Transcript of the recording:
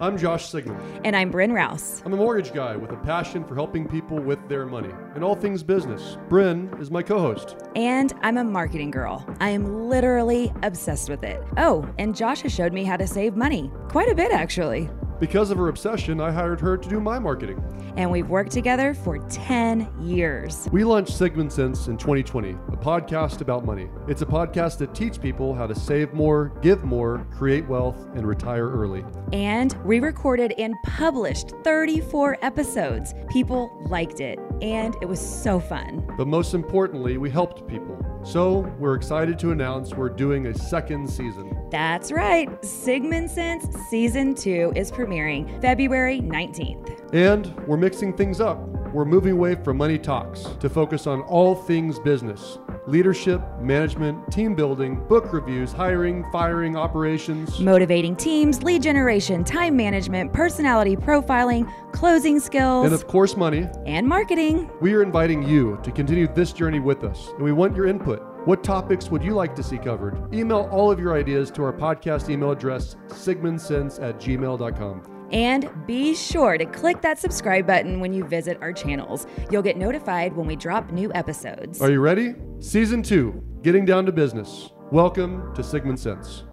I'm Josh Sigmund. And I'm Bryn Rouse. I'm a mortgage guy with a passion for helping people with their money and all things business. Bryn is my co host. And I'm a marketing girl. I am literally obsessed with it. Oh, and Josh has showed me how to save money. Quite a bit, actually. Because of her obsession, I hired her to do my marketing. And we've worked together for 10 years. We launched Sigmund Sense in 2020, a podcast about money. It's a podcast that teaches people how to save more, give more, create wealth, and retire early. And we recorded and published 34 episodes. People liked it, and it was so fun. But most importantly, we helped people. So we're excited to announce we're doing a second season. That's right, Sigmund Sense Season 2 is premiering February 19th. And we're mixing things up. We're moving away from money talks to focus on all things business leadership, management, team building, book reviews, hiring, firing, operations. Motivating teams, lead generation, time management, personality profiling, closing skills, And of course, money. and marketing. We are inviting you to continue this journey with us, and we want your input. What topics would you like to see covered? Email all of your ideas to our podcast email address, sigmundsense at gmail.com. And be sure to click that subscribe button when you visit our channels. You'll get notified when we drop new episodes. Are you ready? Season 2 Getting Down to Business. Welcome to Sigmund Sense.